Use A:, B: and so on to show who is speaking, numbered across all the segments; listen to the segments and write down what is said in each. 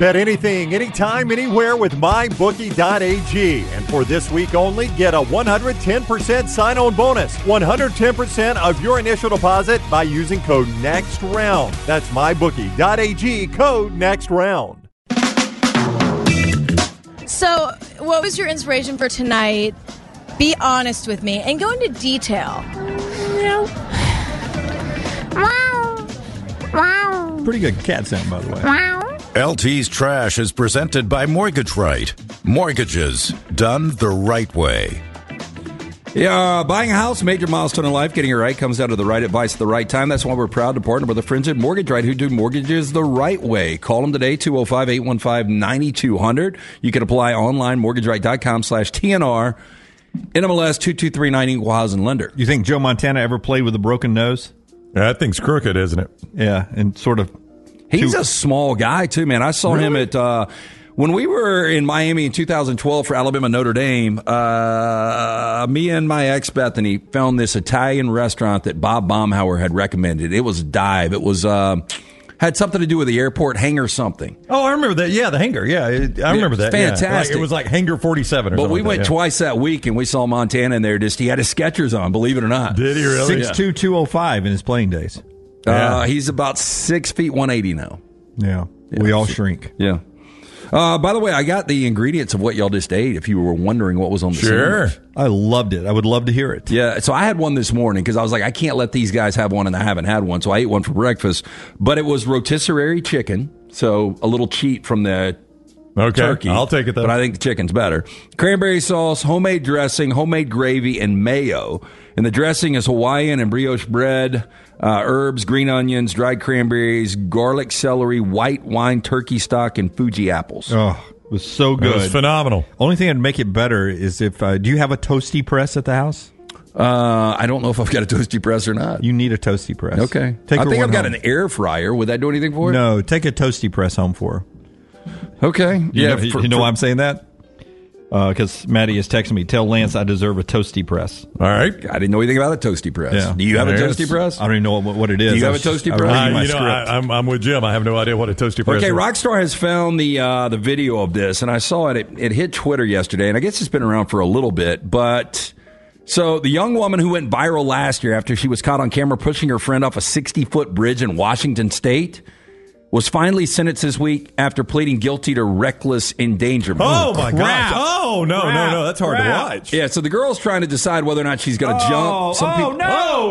A: Bet anything, anytime, anywhere with mybookie.ag. And for this week only, get a 110% sign on bonus. 110% of your initial deposit by using code NEXTROUND. That's mybookie.ag, code NEXTROUND.
B: So, what was your inspiration for tonight? Be honest with me and go into detail.
C: No. Wow. Wow.
D: Pretty good cat sound, by the way.
C: Wow.
E: LT's Trash is presented by Mortgage Right. Mortgages done the right way.
D: Yeah, uh, buying a house, major milestone in life. Getting it right comes down to the right advice at the right time. That's why we're proud to partner with the friends at Mortgage Right who do mortgages the right way. Call them today, 205-815-9200. You can apply online, mortgageright.com slash TNR, NMLS 22390, equal housing lender.
F: You think Joe Montana ever played with a broken nose?
G: That thing's crooked, isn't it?
F: Yeah, and sort of.
D: He's a small guy, too, man. I saw him at... Uh, when we were in Miami in 2012 for Alabama Notre Dame, uh, me and my ex Bethany found this Italian restaurant that Bob Baumhauer had recommended. It was dive. It was uh, had something to do with the airport hangar something.
F: Oh, I remember that. Yeah, the hanger. Yeah, it- I remember that. yeah.
D: fantastic.
F: Like, it was like hanger forty-seven. Or
D: But we
F: something like
D: went
F: that, yeah.
D: twice that week and we saw Montana in there. Just he had his Skechers on. Believe it or not,
G: Did he really?
F: Six two two oh five in his playing days.
D: Uh, he's about six feet one eighty now.
F: Yeah, we all shrink.
D: Yeah. Uh, by the way, I got the ingredients of what y'all just ate. If you were wondering what was on the
G: Sure.
D: sandwich.
F: I loved it. I would love to hear it.
D: Yeah, so I had one this morning because I was like, I can't let these guys have one, and I haven't had one, so I ate one for breakfast. But it was rotisserie chicken, so a little cheat from the
G: Okay,
D: turkey.
G: I'll take it though.
D: But I think the chicken's better. Cranberry sauce, homemade dressing, homemade gravy, and mayo. And the dressing is Hawaiian and brioche bread, uh, herbs, green onions, dried cranberries, garlic, celery, white wine, turkey stock, and Fuji apples.
F: Oh, it was so
G: It
F: good.
G: was phenomenal.
F: Only thing that'd make it better is if uh, do you have a toasty press at the house?
D: Uh, I don't know if I've got a toasty press or not.
F: You need a toasty press.
D: Okay.
F: Take
D: I
F: her
D: think
F: one
D: I've got
F: home.
D: an air fryer. Would that do anything for it?
F: No, take a toasty press home for her.
D: Okay.
F: You
D: yeah.
F: know,
D: for-
F: you know
D: for-
F: why I'm saying that? Because Maddie is texting me. Tell Lance I deserve a toasty press.
G: All right.
D: I didn't know anything about a toasty press.
F: Yeah.
D: Do you have a
G: There it
D: toasty
G: is.
D: press?
F: I don't even know what, what it is.
D: Do you
F: I
D: have
F: was
D: a toasty
F: just- I was
D: press?
F: reading
G: I,
F: my
G: you know,
F: script.
G: I, I'm, I'm with Jim. I have no idea what a toasty press
D: Okay,
G: is.
D: Rockstar has found the uh, the video of this, and I saw it. it. It hit Twitter yesterday, and I guess it's been around for a little bit. But so the young woman who went viral last year after she was caught on camera pushing her friend off a 60 foot bridge in Washington State was finally sentenced this week after pleading guilty to reckless endangerment.
G: Oh, my gosh.
F: Crap.
G: Oh no, no,
F: Crap.
G: no. That's hard
F: Crap. Oh,
G: to watch.
D: Yeah, so the girl's trying to decide whether or not she's going to jump. Some peop- Oh,
F: no!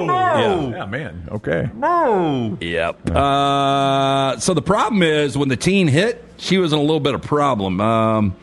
F: Oh!
G: Yeah. yeah, man. Okay.
D: Yep. Uh, so the problem is when the teen hit, she was in a little bit of problem. Um,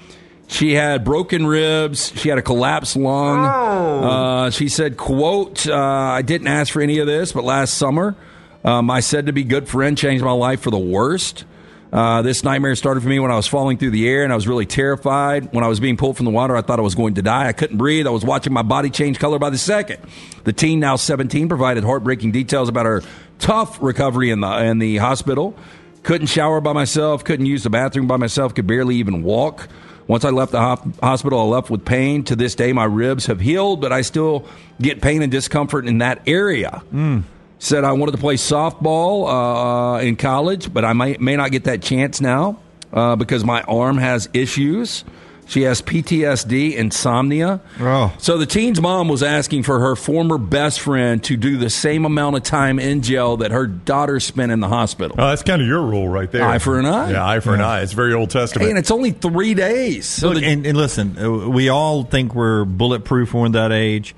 D: she had broken ribs. She had a collapsed lung. Uh, she said, "quote uh, I didn't ask for any of this, but last summer, um, I said to be good friend changed my life for the worst." Uh, this nightmare started for me when I was falling through the air and I was really terrified. When I was being pulled from the water, I thought I was going to die. I couldn't breathe. I was watching my body change color by the second. The teen, now 17, provided heartbreaking details about her tough recovery in the, in the hospital. Couldn't shower by myself, couldn't use the bathroom by myself, could barely even walk. Once I left the ho- hospital, I left with pain. To this day, my ribs have healed, but I still get pain and discomfort in that area said I wanted to play softball uh, in college, but I may, may not get that chance now uh, because my arm has issues. She has PTSD, insomnia.
F: Oh.
D: So the teen's mom was asking for her former best friend to do the same amount of time in jail that her daughter spent in the hospital.
G: Oh, that's kind of your rule right there.
D: Eye for an eye.
G: Yeah, eye for an eye. It's very Old Testament.
D: Hey, and it's only three days. So
F: Look,
D: the-
F: and, and listen, uh, we all think we're bulletproof when we're that age,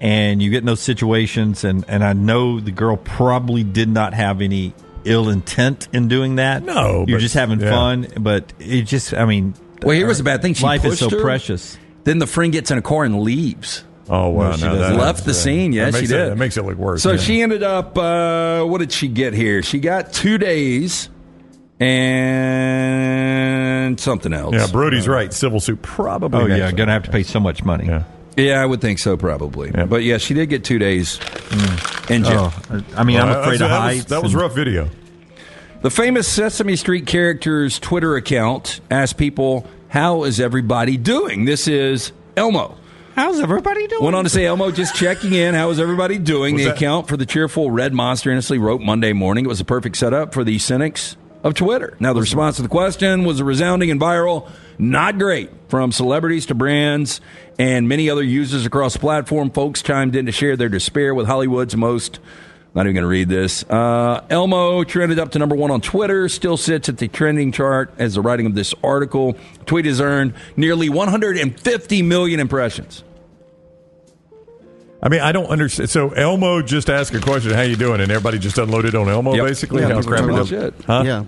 F: and you get in those situations. And, and I know the girl probably did not have any ill intent in doing that.
G: No,
F: you're
G: but-
F: just having
G: yeah.
F: fun. But it just, I mean,
D: Well, here was the bad thing. She
F: life is so
D: pushed her.
F: precious.
D: then the friend gets in a car and leaves.
G: Oh wow!
F: No, she
G: now
F: doesn't.
D: left the
G: is, uh,
D: scene. Yeah,
G: that
D: she
G: makes
D: did.
G: It, that makes it look worse.
D: So
G: yeah.
D: she ended up. Uh, what did she get here? She got two days and something else.
G: Yeah, Brody's right. Civil suit probably.
F: Oh
G: next
F: yeah,
G: one.
F: gonna have to pay so much money.
G: Yeah.
D: Yeah, I would think so, probably.
G: Yeah.
D: But yeah, she did get two days in jail.
F: Oh, I mean, I'm
G: Well,
F: afraid
G: Uh,
F: of
G: that, that
F: heights.
G: Was, that was
F: and-
G: rough video.
D: The famous Sesame Street character's Twitter account asked people, "How is everybody doing?" This is Elmo.
F: How's everybody doing?
D: Went on to say, Elmo, just checking in. How is everybody doing?
G: Was
D: the
G: that-
D: account for the cheerful red monster innocently wrote Monday morning. It was a perfect setup for the cynics of Twitter. Now, the response to the question was a resounding and viral, not great, from celebrities to brands and many other users across the platform. Folks chimed in to share their despair with Hollywood's most. Not even going to read this. Uh, Elmo trended up to number one on Twitter, still sits at the trending chart as the writing of this article. Tweet has earned nearly 150 million impressions.
G: I mean, I don't understand. So Elmo just asked a question, "How you doing?" and everybody just unloaded on Elmo,
D: Yep.
G: basically.
D: Yeah,
G: How
D: people
G: crappy
D: talking
G: does-
D: about shit.
G: Huh?
H: Yeah,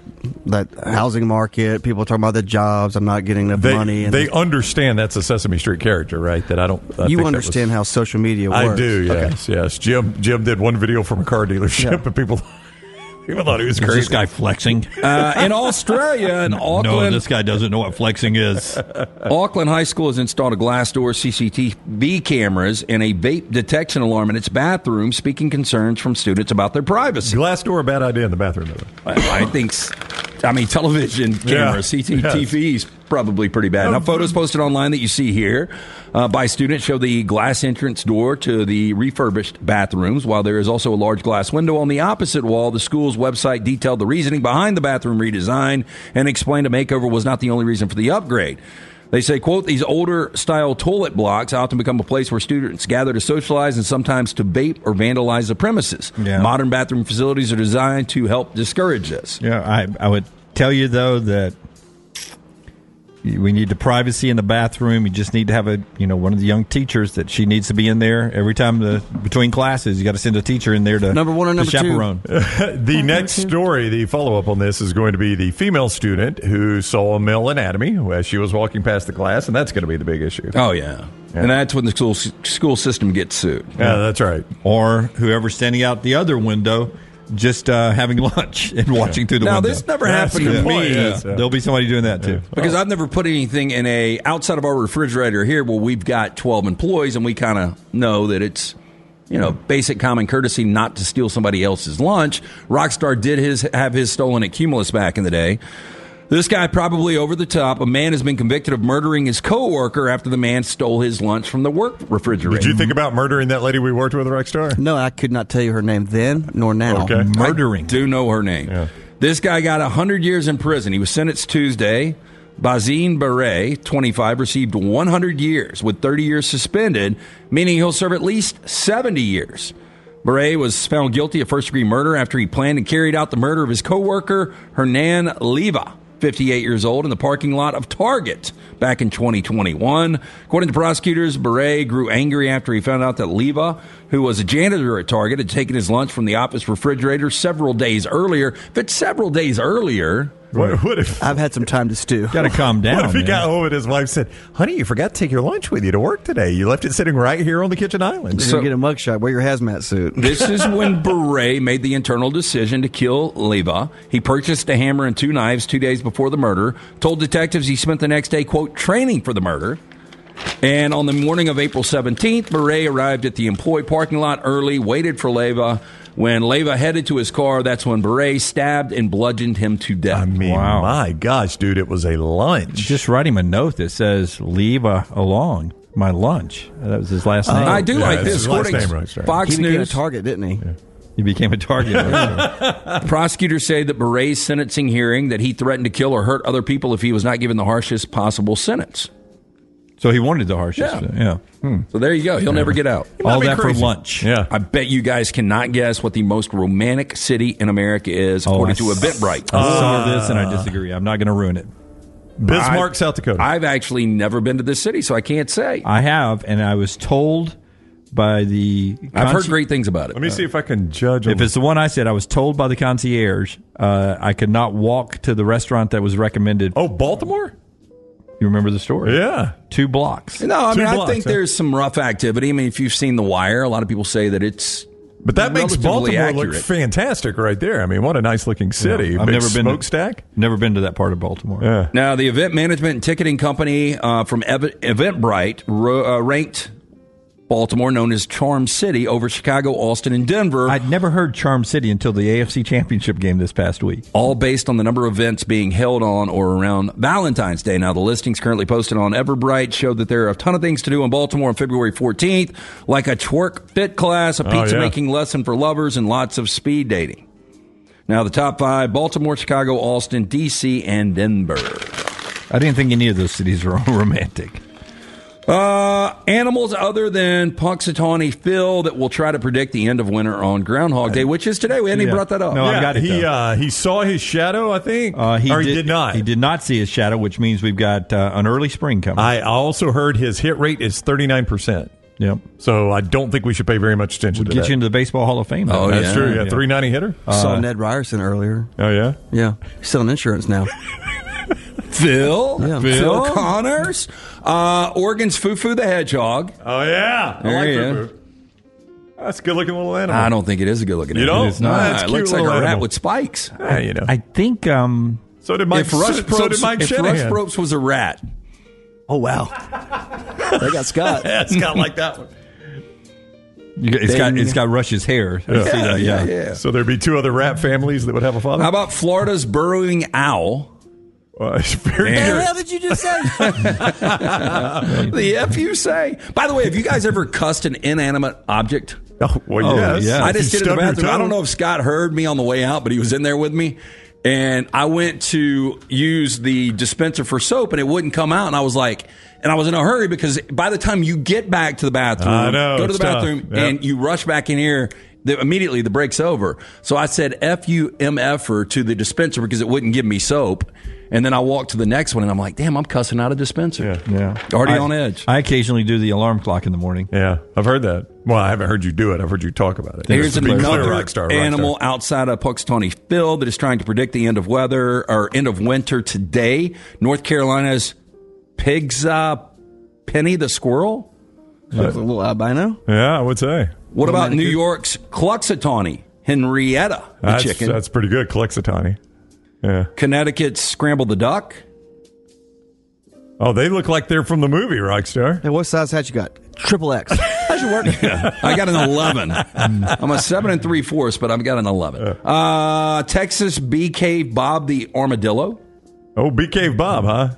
H: that housing market. People are talking about the jobs. I'm not getting enough
G: They,
H: money. And
G: they understand that's a Sesame Street character, right? That I don't. I think that
H: you
G: was-
H: understand how social media works.
G: I do. Yes, yes. Jim Jim did one video from a car dealership,
H: Yeah.
G: and people people thought he was
F: Is
G: crazy.
F: this guy flexing?
D: Uh, in Australia, in Auckland,
F: No, this guy doesn't know what flexing is.
D: Auckland High School has installed a glass door, CCTV cameras, and a vape detection alarm in its bathroom, speaking concerns from students about their privacy.
G: Glass door, a bad idea in the bathroom. Though.
D: I, I think, s- I mean, television cameras,
G: Yeah.
D: CCTV is probably pretty bad. Now, photos posted online that you see here uh, by students show the glass entrance door to the refurbished bathrooms, while there is also a large glass window on the opposite wall. The school's website detailed the reasoning behind the bathroom redesign and explained a makeover was not the only reason for the upgrade. They say, quote, these older style toilet blocks often become a place where students gather to socialize and sometimes to vape or vandalize the premises.
F: Yeah.
D: Modern bathroom facilities are designed to help discourage this.
F: Yeah, I, I would tell you though that we need the privacy in the bathroom. You just need to have a you know one of the young teachers that she needs to be in there every time the between classes. You got to send a teacher in there to
H: Number one
F: to
H: or number two?
F: chaperone.
G: The next story, the follow up on this, is going to be the female student who saw a male anatomy as she was walking past the class, and that's going to be the big issue.
D: Oh, yeah. And that's when the school, school system gets sued.
G: Yeah, that's right.
F: or whoever's standing out the other window, just uh, having lunch and watching through the
D: Now,
F: window.
D: this never
G: That's
D: happened
G: a
D: to
G: good point, uh,
D: me.
G: yes.
F: There'll be somebody doing that too.
D: Because I've never put anything in a outside of our refrigerator here where we've got 12 employees and we kind of know that it's you know basic common courtesy not to steal somebody else's lunch. Rockstar did his have his stolen at Cumulus back in the day. This guy probably over the top. A man has been convicted of murdering his coworker after the man stole his lunch from the work refrigerator.
G: Did you think about murdering that lady we worked with, Rockstar?
H: No, I could not tell you her name then nor now.
G: Okay.
F: Murdering.
D: do know her name. This guy got 100 years in prison. He was sentenced Tuesday. Bazine Beret, 25, received 100 years with 30 years suspended, meaning he'll serve at least 70 years. Beret was found guilty of first degree murder after he planned and carried out the murder of his coworker, Hernan Leva. 58 years old, in the parking lot of Target back in 2021. According to prosecutors, Beret grew angry after he found out that Leva, who was a janitor at Target, had taken his lunch from the office refrigerator several days earlier. If it's several days earlier,
G: What, what if,
H: I've had some time to stew.
F: Got to calm down.
G: what if he
F: man.
G: got home and his wife said, Honey, you forgot to take your lunch with you to work today? You left it sitting right here on the kitchen island.
H: You're
D: So-
H: gonna get a mugshot. Wear your hazmat suit.
D: this is when Beret made the internal decision to kill Leva. He purchased a hammer and two knives two days before the murder, told detectives he spent the next day, quote, training for the murder. And on the morning of April 17th, Beret arrived at the employee parking lot early, waited for Leva. When Leva headed to his car, that's when Beret stabbed and bludgeoned him to death.
G: I mean,
F: Wow.
G: my gosh, dude, it was a lunch.
F: Just write him a note that says "Leave uh, along my lunch." That was his last name.
D: Oh. I do
G: oh. yeah,
D: like
G: it's
D: this.
G: his last
D: According to
G: name, right, sorry.
D: Fox
H: he became a
D: News,
H: target, didn't he?
F: He became a target.
D: Prosecutors say that Beret's sentencing hearing that he threatened to kill or hurt other people if he was not given the harshest possible sentence.
F: so he wanted the harshest.
D: Yeah.
F: Yeah.
D: So there you go. He'll never get out.
F: All
G: be
F: that
G: crazy.
F: for lunch.
G: Yeah.
D: I bet you guys cannot guess what the most romantic city in America is,
F: Oh, I
D: according to
F: s-
D: Eventbrite.
G: uh,
F: I saw this and I disagree. I'm not going to ruin it.
G: Bismarck, South Dakota.
D: I've actually never been to this city, so I can't say.
F: I have, and I was told by the.
D: I've heard
F: conci-
D: great things about it.
G: Let me see if I can judge
F: If
G: on-
F: it's the one I said, I was told by the concierge uh, I could not walk to the restaurant that was recommended.
G: Oh, Baltimore?
F: You remember the story?
G: Yeah.
F: Two blocks.
D: No, I
G: Two
D: mean, I
G: blocks,
D: think
G: huh?
D: there's some rough activity. I mean, if you've seen The Wire, a lot of people say that it's.
G: But that makes
D: relatively
G: Baltimore look
D: accurate.
G: fantastic right there. I mean, what a nice looking city.
F: I've
G: Big
F: never been to-
G: smokestack.
F: Never been to that part of Baltimore.
G: Yeah.
D: Now, the event management and ticketing company uh, from Ev- Eventbrite ro- uh, ranked Baltimore, known as Charm City, over Chicago, Austin, and Denver.
F: I'd never heard Charm City until the AFC Championship game this past week.
D: all based on the number of events being held on or around Valentine's Day. Now, the listings currently posted on Everbright show that there are a ton of things to do in Baltimore on February 14th, like a twerk fit class, a pizza making lesson for lovers, and lots of speed dating. Now, the top five Baltimore, Chicago, Austin, D.C., and Denver.
F: I didn't think any of those cities were romantic.
D: Uh, animals other than Punxsutawney Phil that will try to predict the end of winter on Groundhog Day, which is today. We hadn't even
F: Yeah.
D: brought that up.
F: No, I've got it,
G: He
F: though.
G: uh, he saw his shadow, I think,
F: Uh,
G: or he did not.
F: He did not see his shadow, which means we've got uh, an early spring coming.
G: I also heard his hit rate is thirty nine percent.
F: yep.
G: So I don't think we should pay very much attention
F: Would
G: to
F: get
G: that.
F: you into the Baseball Hall of Fame.
D: Oh,
G: That's
D: yeah.
G: true. Yeah, three ninety hitter.
H: Saw Ned Uh, Ryerson earlier.
G: oh yeah.
H: Yeah, he's selling insurance now.
D: Phil,
H: Yeah.
D: Phil
H: Phil.
D: Connors, uh, Oregon's Fufu the Hedgehog.
G: Oh yeah.
D: There he
G: I
D: is.
G: like that. That's a good looking little animal.
D: I don't think it is a good looking.
G: You
D: animal.
G: don't?
D: It's not.
G: Ah, it's
D: it
G: cute
D: looks like a
G: little
D: rat
G: animal.
D: with spikes.
G: Ah, you know.
F: I think. Um,
G: so did Mike.
D: if Rush
G: so,
D: Probst,
G: so did Mike
D: if Rush
G: Shanahan.
D: Probst was a rat,
H: Oh wow, they got Scott.
G: Yeah, it's kind of like that one.
F: you got- it's got
D: Ding.
F: it's got Rush's hair. I see that, yeah.
G: So there'd be two other rat families that would have a father.
D: How about Florida's burrowing owl?
G: Well, it's very
D: Yeah.
G: good.
H: hell did you just say?
D: The F you say. By the way, have you guys ever cussed an inanimate object?
G: Oh, well,
F: Oh,
G: yes.
F: yeah.
D: I just
G: You
D: did it in the
G: stub your
D: bathroom. I
G: toe.
D: don't know if Scott heard me on the way out, but he was in there with me. And I went to use the dispenser for soap and it wouldn't come out. And I was like, and I was in a hurry because by the time you get back to the bathroom,
G: I know,
D: go to the
G: it's tough.
D: bathroom
G: Yep.
D: and you rush back in here, the, immediately the break's over. So I said F U M F er to the dispenser because it wouldn't give me soap. And then I walked to the next one and I'm like, damn, I'm cussing out a dispenser.
F: Yeah.
D: Already
F: I-
D: on edge.
F: I occasionally do the alarm clock in the morning.
G: Yeah, I've heard that. Well, I haven't heard you do it. I've heard you talk about it.
D: Here's
G: To be clear,
D: another
G: rock star, rock star.
D: animal outside of Puxtony Phil that is trying to predict the end of weather or end of winter today. North Carolina's pigs, uh, Penny the squirrel.
H: a little albino.
G: Yeah, I would say
D: What about New York's Cluxatawny? Henrietta the
G: that's,
D: chicken.
G: that's pretty good. Calixatani. Yeah.
D: Connecticut's Scramble the duck.
G: Oh, they look like they're from the movie Rockstar.
H: Hey, what size hat you got? Triple X.
D: I got an 11. I'm a 7 and 3 fourths, but I've got an 11. Uh, Texas BK Bob the armadillo.
G: Oh, B Cave Bob, huh?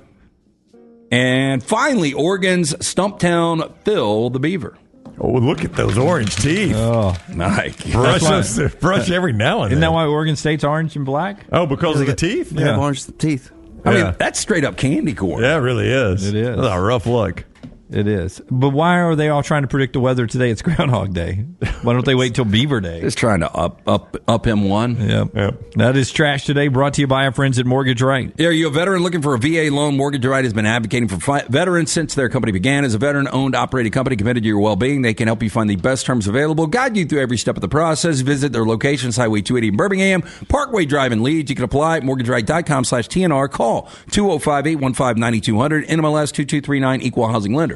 D: And finally, Oregon's Stumptown Phil the beaver.
G: Oh, look at those orange teeth.
D: Oh, Mike.
G: brush,
F: that's
G: those- brush every now and
F: Isn't
G: then.
F: that why Oregon State's orange and black?
G: oh, because of the teeth?
H: They have orange teeth.
D: I
G: Yeah.
D: mean, that's straight up candy corn.
G: Yeah, it really is.
F: It is.
G: That's a rough look.
F: It is. But why are they all trying to predict the weather today? It's Groundhog Day. Why don't they wait till Beaver Day?
D: Just trying to up up up him one.
F: Yep.
G: Yep.
F: That is trash today. Brought to you by our friends at Mortgage Right.
D: Are you a veteran looking for a VA loan? Mortgage Right has been advocating for fi- veterans since their company began. As a veteran owned, operated company committed to your well being, they can help you find the best terms available, guide you through every step of the process. Visit their locations Highway 280 in Birmingham, Parkway Drive in Leeds. You can apply at oh mortgageright.com slash TNR. Call 205 815 9200, NMLS 2239, Equal Housing Lender.